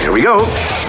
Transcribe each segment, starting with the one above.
Here we go.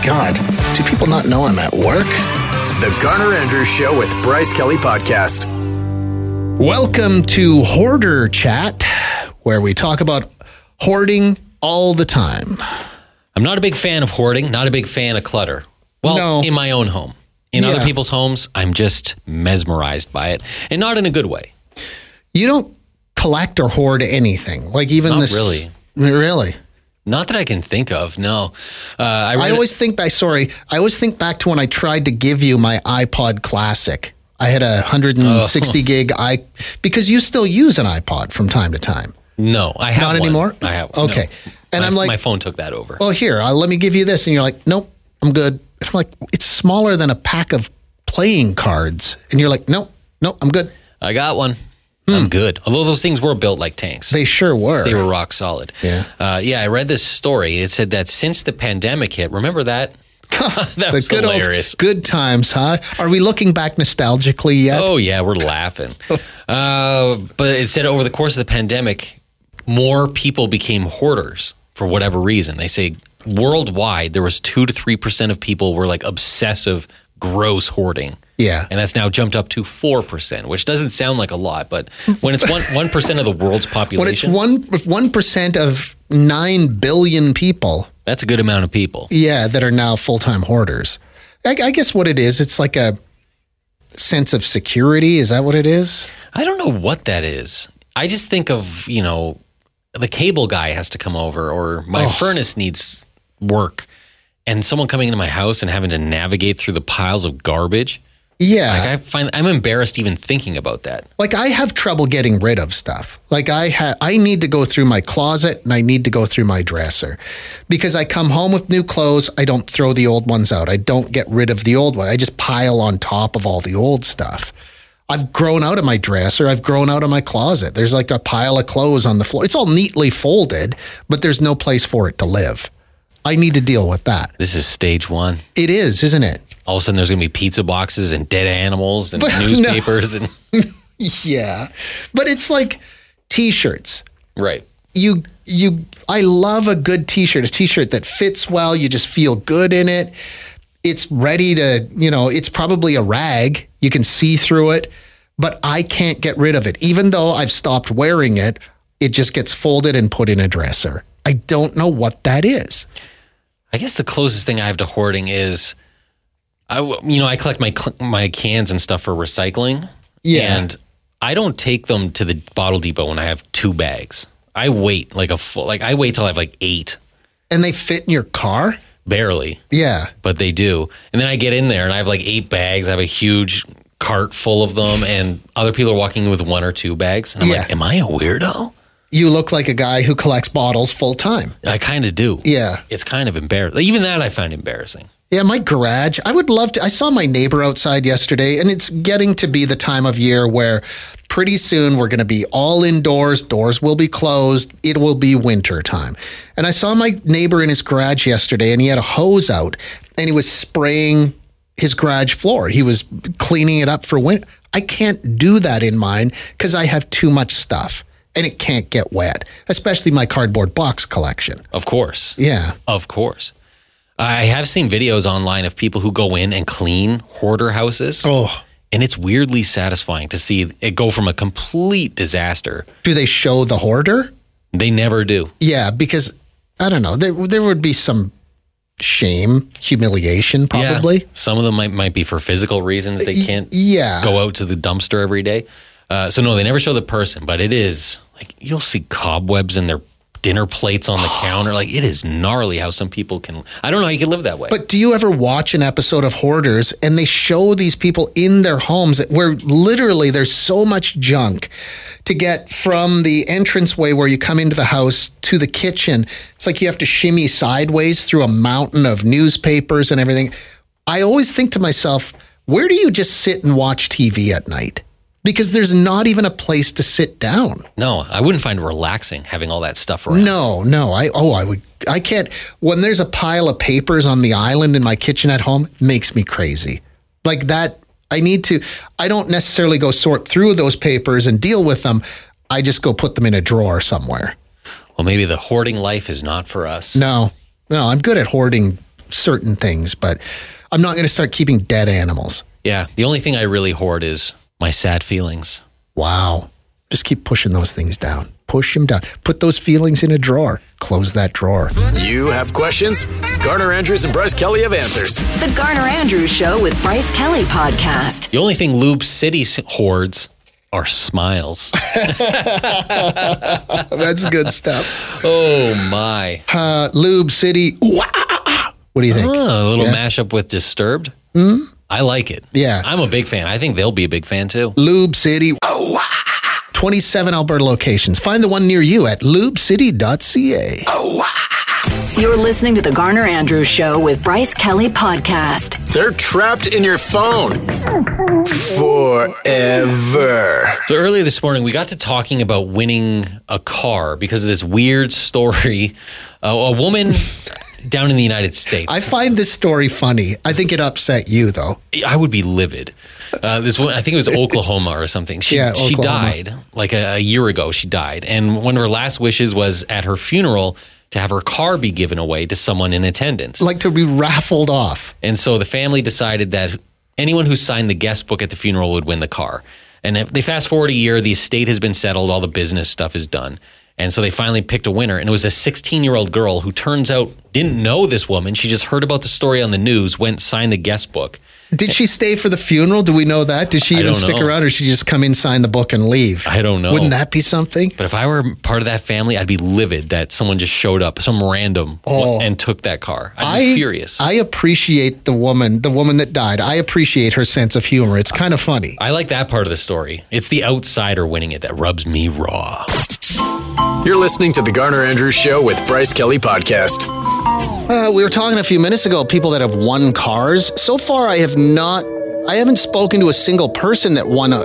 God, do people not know I'm at work? The Garner Andrews Show with Bryce Kelly Podcast. Welcome to Hoarder Chat, where we talk about hoarding all the time. I'm not a big fan of hoarding, not a big fan of clutter. Well, No. in my own home. In other Yeah. people's homes, I'm just mesmerized by it and not in a good way. You don't collect or hoard anything, like even Not this. really. Really. Not that I can think of. No. Uh, I, I read- always think back. Sorry, I always think back to when I tried to give you my iPod Classic. I had a 160 Oh. gig i because you still use an iPod from time to time. No, I have Not one. anymore? I have Okay. no. And My- I'm like- my phone took that over. Well, here, uh, let me give you this, and you're like, nope, I'm good. And I'm like, it's smaller than a pack of playing cards, and you're like, nope, nope, I'm good. I got one. Hmm. I'm good. Although those things were built like tanks. They sure were. They were rock solid. Yeah. Uh, yeah, I read this story. It said that since the pandemic hit, remember that? that was good hilarious. Old, good times, huh? Are we looking back nostalgically yet? Oh, yeah, we're laughing. uh, but it said over the course of the pandemic, more people became hoarders for whatever reason. They say worldwide, there was 2 to 3% of people were like obsessive, gross hoarding. Yeah. And that's now jumped up to 4%, which doesn't sound like a lot, but when it's 1, 1% of the world's When it's population, one one percent of nine billion people, that's a good amount of people. yeah, that are now full time hoarders. I, I guess what it is, it's like a sense of security. Is that what it is? I don't know what that is. I just think of, you know, the cable guy has to come over or my furnace needs work and someone coming into my house and having to navigate through the piles of garbage. Yeah. Like I find I'm embarrassed even thinking about that. like I have trouble getting rid of stuff. Like I ha- I need to go through my closet and I need to go through my dresser because I come home with new clothes. I don't throw the old ones out. I don't get rid of the old one. I just pile on top of all the old stuff. I've grown out of my dresser. I've grown out of my closet. There's like a pile of clothes on the floor. It's all neatly folded, but there's no place for it to live. I need to deal with that. This is stage 1. It is, isn't it? All of a sudden there's going to be pizza boxes and dead animals and But no. newspapers and Yeah. But it's like t-shirts. right. you you I love a good t-shirt, a t-shirt that fits well, you just feel good in it. It's ready to, you know, it's probably a rag. You can see through it, but I can't get rid of it. Even though I've stopped wearing it, it just gets folded and put in a dresser. I don't know what that is. I guess the closest thing I have to hoarding is, I w- you know I collect my cl- my cans and stuff for recycling. Yeah. and I don't take them to the bottle depot when I have two bags. I wait like a full like I wait till I have like eight And they fit in your car? barely, Yeah. but they do. And then I get in there and I have like eight bags. I have a huge cart full of them, and other people are walking with one or two bags. And I'm like, Yeah. am I a weirdo? You look like a guy who collects bottles full time. I kind of do. Yeah. it's kind of embarrassing. Even that I find embarrassing. Yeah, my garage. I would love to. I saw my neighbor outside yesterday, and it's getting to be the time of year where pretty soon we're going to be all indoors. Doors will be closed. It will be winter time. And I saw my neighbor in his garage yesterday, and he had a hose out and he was spraying his garage floor. He was cleaning it up for winter. I can't do that in mine because I have too much stuff and it can't get wet, especially my cardboard box collection. Of course. Yeah. Of course. I have seen videos online of people who go in and clean hoarder houses. Oh. And it's weirdly satisfying to see it go from a complete disaster. Do they show the hoarder? They never do. Yeah, because I don't know. There there would be some shame, humiliation, Yeah. probably. Some of them might, might be for physical reasons. They can't yeah. go out to the dumpster every day. Uh, so, no, they never show the person, but it is like you'll see cobwebs in their dinner plates on the counter. Like it is gnarly how some people can. I don't know how you can live that way. But do you ever watch an episode of Hoarders and they show these people in their homes where literally there's so much junk to get from the entranceway where you come into the house to the kitchen? It's like you have to shimmy sideways through a mountain of newspapers and everything. I always think to myself, where do you just sit and watch TV at night? Because there's not even a place to sit down. no, I wouldn't find it relaxing having all that stuff around. No, no. I oh, I would. I can't. When there's a pile of papers on the island in my kitchen at home, makes me crazy. Like that. I need to. I don't necessarily go sort through those papers and deal with them. I just go put them in a drawer somewhere. Well, maybe the hoarding life is not for us. No, no. I'm good at hoarding certain things, but I'm not going to start keeping dead animals. Yeah, the only thing I really hoard is my sad feelings. Wow. Just keep pushing those things down. Push them down. Put those feelings in a drawer. Close that drawer. You have questions? Garner Andrews and Bryce Kelly have answers. The Garner Andrews Show with Bryce Kelly Podcast. The only thing Lube City s- hoards are smiles. That's good stuff. oh my! Uh, Lube City. Ooh, ah, ah, ah. What do you think? Oh, a little mashup with Disturbed. Mm. I like it. Yeah. I'm a big fan. I think they'll be a big fan too. Lube City. 27 Alberta locations. Find the one near you at lubecity.ca. You're listening to The Garner Andrews Show with Bryce Kelly Podcast. They're trapped in your phone forever. So earlier this morning, we got to talking about winning a car because of this weird story. Uh, a woman down in the United States. I find this story funny. I think it upset you, though. I would be livid. Uh, this one, I think it was Oklahoma or something. She, Yeah, she Oklahoma. died like a, a year ago. She died, and one of her last wishes was at her funeral to have her car be given away to someone in attendance. Like to be raffled off. and so the family decided that anyone who signed the guest book at the funeral would win the car. And if they fast forward a year, the estate has been settled, all the business stuff is done. And so they finally picked a winner, and it was a 16 year old girl who turns out didn't know this woman. She just heard about the story on the news, went signed the guest book. Did she stay for the funeral? Do we know that? Did she even don't stick know. around or she just come in, sign the book, and leave? I don't know. Wouldn't that be something? But if I were part of that family, I'd be livid that someone just showed up, some random, and took that car. I'd be furious. Oh. I, I appreciate the woman, the woman that died. I appreciate her sense of humor. It's kind of funny. like that part of the story. It's the outsider winning it that rubs me raw. You're listening to The Garner Andrews Show with Bryce Kelly Podcast. Uh, we were talking a few minutes ago, people that have won cars. So far, I have not. I haven't spoken to a single person that won a.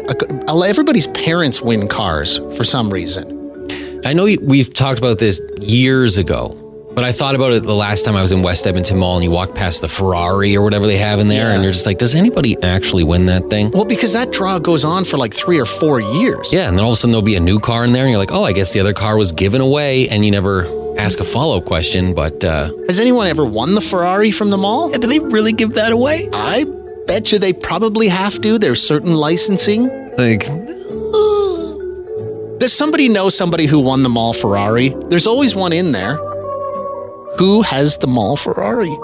a everybody's parents win cars for some reason. I know you- we've talked about this years ago, but I thought about it the last time I was in West Edmonton Mall and you walk past the Ferrari or whatever they have in there, and you're just like, does anybody actually win that thing? Well, because that draw goes on for like three or four years. Yeah, and then all of a sudden there'll be a new car in there, and you're like, oh, I guess the other car was given away, and you never ask a follow up question, but uh, Has anyone ever won the Ferrari from the mall? do they really give that away? I bet you they probably have to. There's certain licensing. Like, Does somebody know somebody who won the mall Ferrari? There's always one in there. Who has the mall Ferrari?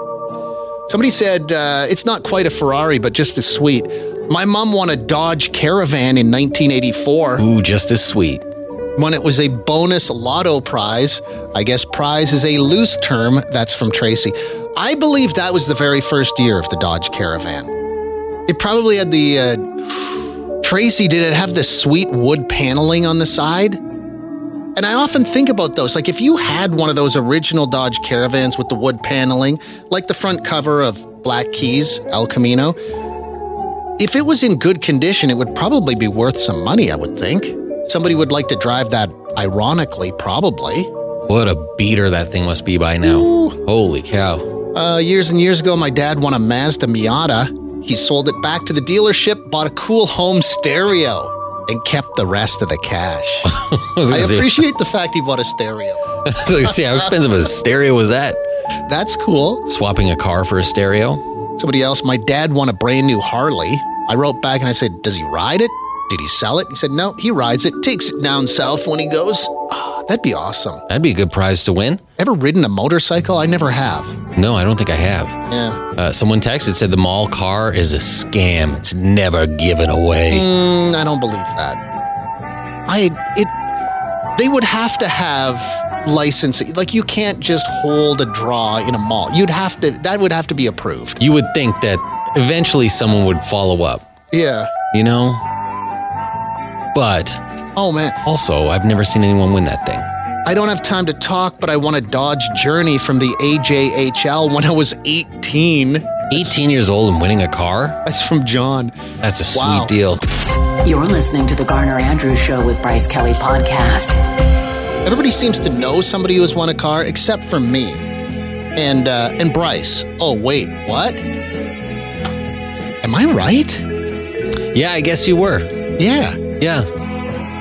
Somebody said uh, it's not quite a Ferrari, but just as sweet. My mom won a Dodge Caravan in 1984 ooh, just as sweet. when it was a bonus lotto prize. I guess prize is a loose term. That's from Tracy. I believe that was the very first year of the Dodge Caravan. It probably had the. Uh, Tracy, did it have the sweet wood paneling on the side? And I often think about those. Like, if you had one of those original Dodge Caravans with the wood paneling, like the front cover of Black Keys, El Camino, if it was in good condition, it would probably be worth some money, I would think. Somebody would like to drive that, ironically, probably. What a beater that thing must be by now. Holy cow. Uh, years and years ago, my dad won a Mazda Miata. He sold it back to the dealership, bought a cool home stereo, and kept the rest of the cash. I was I gonna say, appreciate the fact he bought a stereo. I was gonna say, how expensive a stereo was that? That's cool. Swapping a car for a stereo? Somebody else, my dad won a brand new Harley. I wrote back and I said, Does he ride it? Did he sell it? He said, No, he rides it, takes it down south when he goes. Ah, that'd be awesome. That'd be a good prize to win. Ever ridden a motorcycle? I never have. No, I don't think I have. Yeah. Uh, someone texted said the mall car is a scam. It's never given away. Mm, I don't believe that. I it they would have to have licensing. Like you can't just hold a draw in a mall. You'd have to that would have to be approved. You would think that eventually someone would follow up, Yeah. you know? But Oh man, also, I've never seen anyone win that thing. I don't have time to talk, but I want to dodge Journey from the AJHL when I was 18. 18 years old and winning a car? That's from John. That's a sweet Wow. deal. You're listening to the Garner Andrews Show with Bryce Kelly Podcast. Everybody seems to know somebody who has won a car except for me and uh, and Bryce. Oh wait, what? Am I right? Yeah, I guess you were. Yeah. Yeah.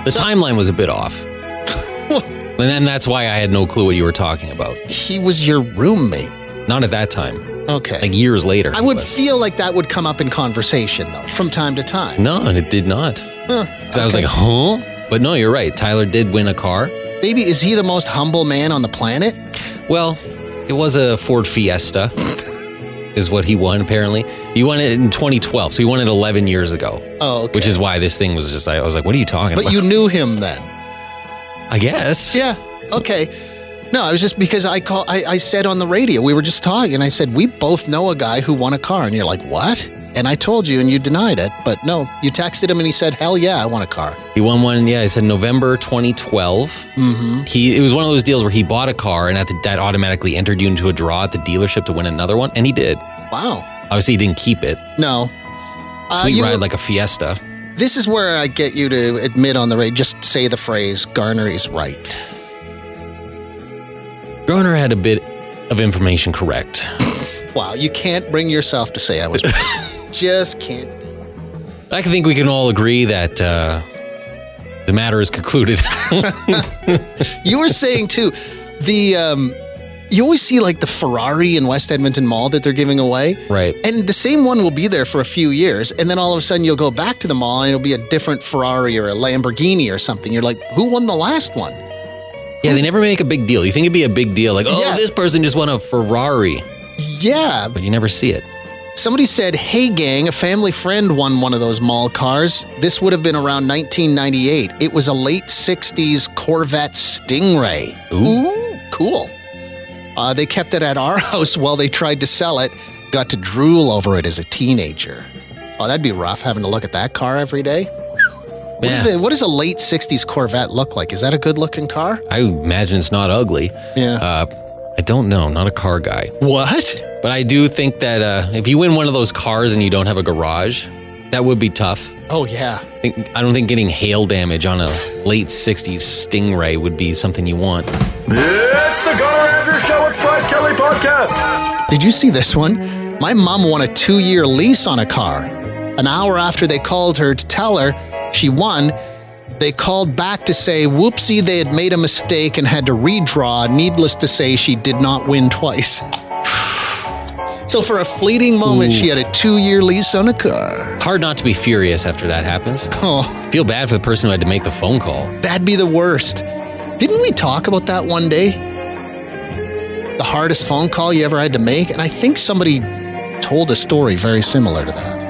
The timeline was a bit off. and then that's why I had no clue what you were talking about. He was your roommate. Not at that time. Okay. Like years later. I it would was. feel like that would come up in conversation though, from time to time. No, and it did not. Because Huh. I was like, huh? But no, you're right. Tyler did win a car. Maybe is he the most humble man on the planet? Well, it was a Ford Fiesta, is what he won, apparently. He won it in 2012. So he won it 11 years ago, Oh, okay. which is why this thing was just, I was like, what are you talking but about? you knew him then. I guess. Yeah. Okay. No, I was just because I call I, I said on the radio, we were just talking, and I said, We both know a guy who won a car, and you're like, What? And I told you and you denied it, but no, you texted him and he said, Hell yeah, I want a car. He won one, yeah, he said November 2012. Mm-hmm. He It was one of those deals where he bought a car and at the, that automatically entered you into a draw at the dealership to win another one. And he did. Wow. Obviously, he didn't keep it. No. Uh, Sweet you ride were- like a Fiesta. this is where I get you to admit on the radio, just say the phrase, Garner is right. Garner had a bit of information correct. Wow, you can't bring yourself to say I was right. just can't. I think we can all agree that uh, the matter is concluded. You were saying too, the um, you always see like the Ferrari in West Edmonton Mall that they're giving away, Right. And the same one will be there for a few years, and then all of a sudden you'll go back to the mall and it'll be a different Ferrari or a Lamborghini or something. You're like, who won the last one? yeah, they never make a big deal. You think it'd be a big deal, like, oh, Yeah. this person just won a Ferrari, Yeah, but you never see it. somebody said, "Hey gang, a family friend won one of those mall cars. This would have been around 1998. It was a late 60s Corvette Stingray." Ooh. Cool. Uh, they kept it at our house while they tried to sell it. Got to drool over it as a teenager. Oh, that'd be rough having to look at that car every day. What, is Yeah. it, what does a late 60s Corvette look like? Is that a good looking car? I imagine it's not ugly. Yeah. Uh, I don't know. I'm not a car guy. What? But I do think that uh, if you win one of those cars and you don't have a garage, that would be tough. Oh, yeah. I, think, I don't think getting hail damage on a late 60s Stingray would be something you want. It's the Garner Andrews Show with Bryce Kelly Podcast. Did you see this one? My mom won a two year lease on a car. An hour after they called her to tell her she won, they called back to say, whoopsie, they had made a mistake and had to redraw. Needless to say, she did not win twice. So, for a fleeting moment, she had a two year lease on a car. Hard not to be furious after that happens. Oh, Feel bad for the person who had to make the phone call. that'd be the worst. Didn't we talk about that one day? The hardest phone call you ever had to make? And I think somebody told a story very similar to that.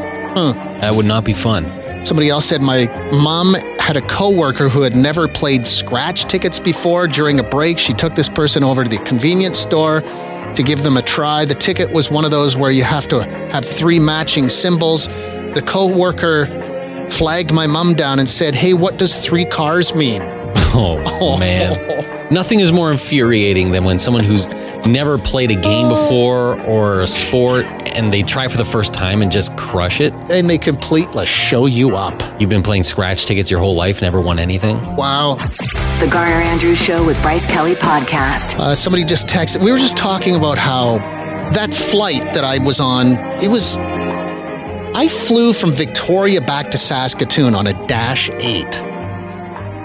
That would not be fun. Somebody else said my mom had a coworker who had never played scratch tickets before. During a break, she took this person over to the convenience store to give them a try. The ticket was one of those where you have to have three matching symbols. The coworker flagged my mom down and said, "Hey, what does three cars mean?" Oh, man. Nothing is more infuriating than when someone who's never played a game before or a sport and they try for the first time and just crush it. And they completely show you up. You've been playing scratch tickets your whole life, never won anything. Wow. The Garner Andrews Show with Bryce Kelly Podcast. Uh, somebody just texted. We were just talking about how that flight that I was on, it was. I flew from Victoria back to Saskatoon on a Dash 8.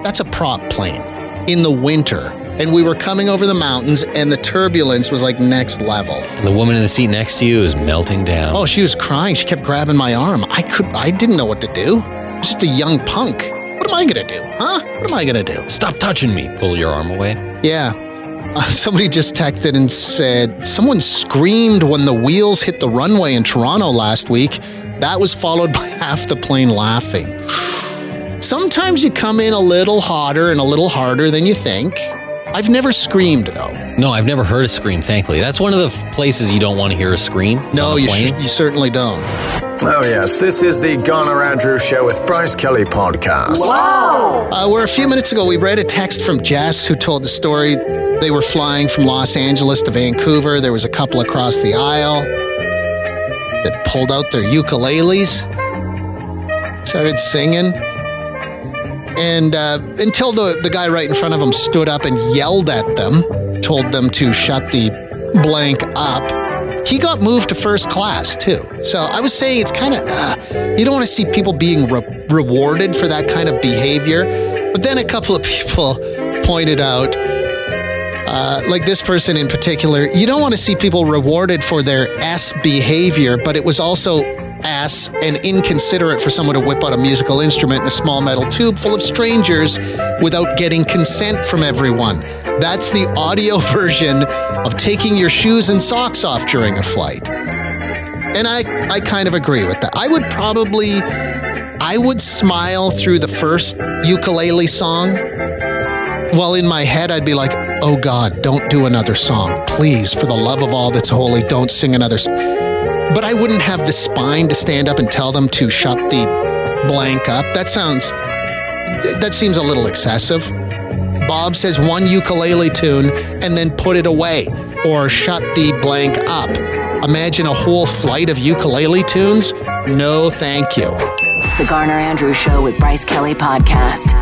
That's a prop plane in the winter. And we were coming over the mountains, and the turbulence was like next level. And the woman in the seat next to you is melting down. Oh, she was crying. She kept grabbing my arm. I could, I didn't know what to do. I was just a young punk. What am I gonna do? Huh? What am I gonna do? stop touching me. Pull your arm away. Yeah. Uh, somebody just texted and said someone screamed when the wheels hit the runway in Toronto last week. That was followed by half the plane laughing. Sometimes you come in a little hotter and a little harder than you think. I've never screamed though. No, I've never heard a scream, thankfully. That's one of the f- places you don't want to hear a scream. No, on a you, plane. sh- you certainly don't. Oh, yes, this is the Garner Andrew Show with Bryce Kelly podcast. Uh, where a few minutes ago we read a text from Jess who told the story. They were flying from Los Angeles to Vancouver. There was a couple across the aisle that pulled out their ukuleles, started singing. And uh, until the, the guy right in front of them stood up and yelled at them, told them to shut the blank up, he got moved to first class too. So I was saying it's kind of, uh, you don't want to see people being re- rewarded for that kind of behavior. But then a couple of people pointed out, uh, like this person in particular, you don't want to see people rewarded for their ass behavior, but it was also ass and inconsiderate for someone to whip out a musical instrument in a small metal tube full of strangers without getting consent from everyone. That's the audio version of taking your shoes and socks off during a flight. And I, I kind of agree with that. I would probably, I would smile through the first ukulele song well, in my head, I'd be like, oh God, don't do another song. Please, for the love of all that's holy, don't sing another song. But I wouldn't have the spine to stand up and tell them to shut the blank up. That sounds, that seems a little excessive. Bob says one ukulele tune and then put it away or shut the blank up. Imagine a whole flight of ukulele tunes? No, thank you. The Garner Andrews Show with Bryce Kelly Podcast.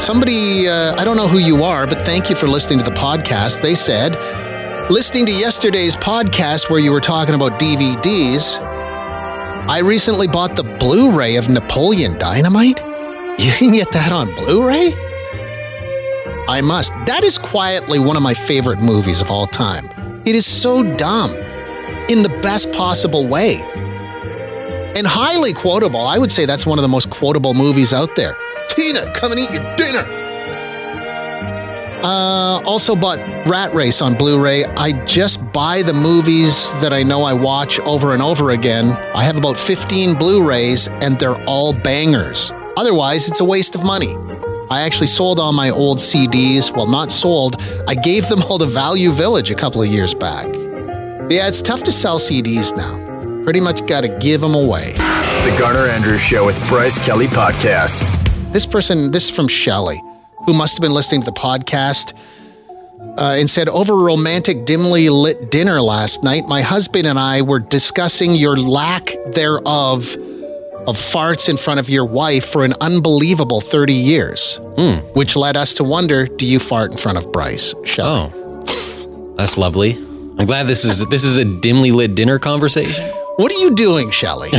Somebody, uh, I don't know who you are, but thank you for listening to the podcast. They said, listening to yesterday's podcast where you were talking about DVDs, I recently bought the Blu ray of Napoleon Dynamite. You can get that on Blu ray? I must. That is quietly one of my favorite movies of all time. It is so dumb in the best possible way and highly quotable. I would say that's one of the most quotable movies out there. Tina, come and eat your dinner. Uh, also bought Rat Race on Blu-ray. I just buy the movies that I know I watch over and over again. I have about 15 Blu-rays and they're all bangers. Otherwise, it's a waste of money. I actually sold all my old CDs. Well, not sold. I gave them all to Value Village a couple of years back. Yeah, it's tough to sell CDs now. Pretty much got to give them away. The Garner Andrew Show with Bryce Kelly podcast. This person, this is from Shelley, who must have been listening to the podcast uh, and said, Over a romantic, dimly lit dinner last night, my husband and I were discussing your lack thereof of farts in front of your wife for an unbelievable 30 years, Hmm. which led us to wonder do you fart in front of Bryce? Shelley. Oh, that's lovely. I'm glad this is this is a dimly lit dinner conversation. What are you doing, Shelley?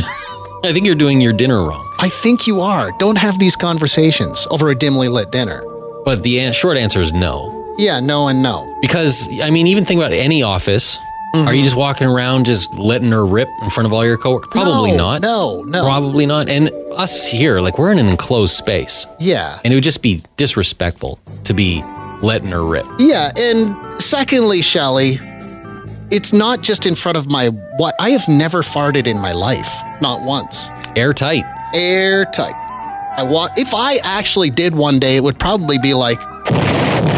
I think you're doing your dinner wrong. I think you are. Don't have these conversations over a dimly lit dinner. But the an- short answer is no, Yeah, no and no. because I mean, even think about any office. Are you Mm-hmm. just walking around just letting her rip in front of all your coworkers? Probably No, not. No, no. Probably not. And us here, like we're in an enclosed space, yeah. and it would just be disrespectful to be letting her rip. Yeah, and secondly, Shelley, it's not just in front of my what I have never farted in my life, not once. Airtight. Airtight. I want if I actually did one day, it would probably be like,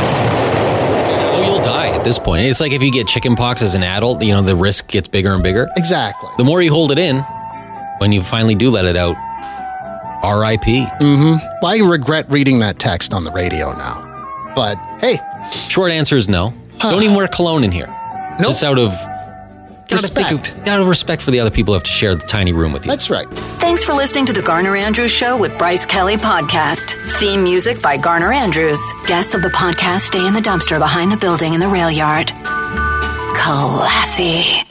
Oh, you'll die at this point. It's like if you get chicken pox as an adult, you know, the risk gets bigger and bigger. exactly. The more you hold it in, when you finally do let it out, RIP. I regret reading that text on the radio now. But hey, Short answer is no. Don't even wear cologne in here. Nope. Just out of gotta think of- Respect. out of respect for the other people who have to share the tiny room with you. that's right. Thanks for listening to the Garner Andrews Show with Bryce Kelly Podcast. Theme music by Garner Andrews. Guests of the podcast stay in the dumpster behind the building in the rail yard. Classy.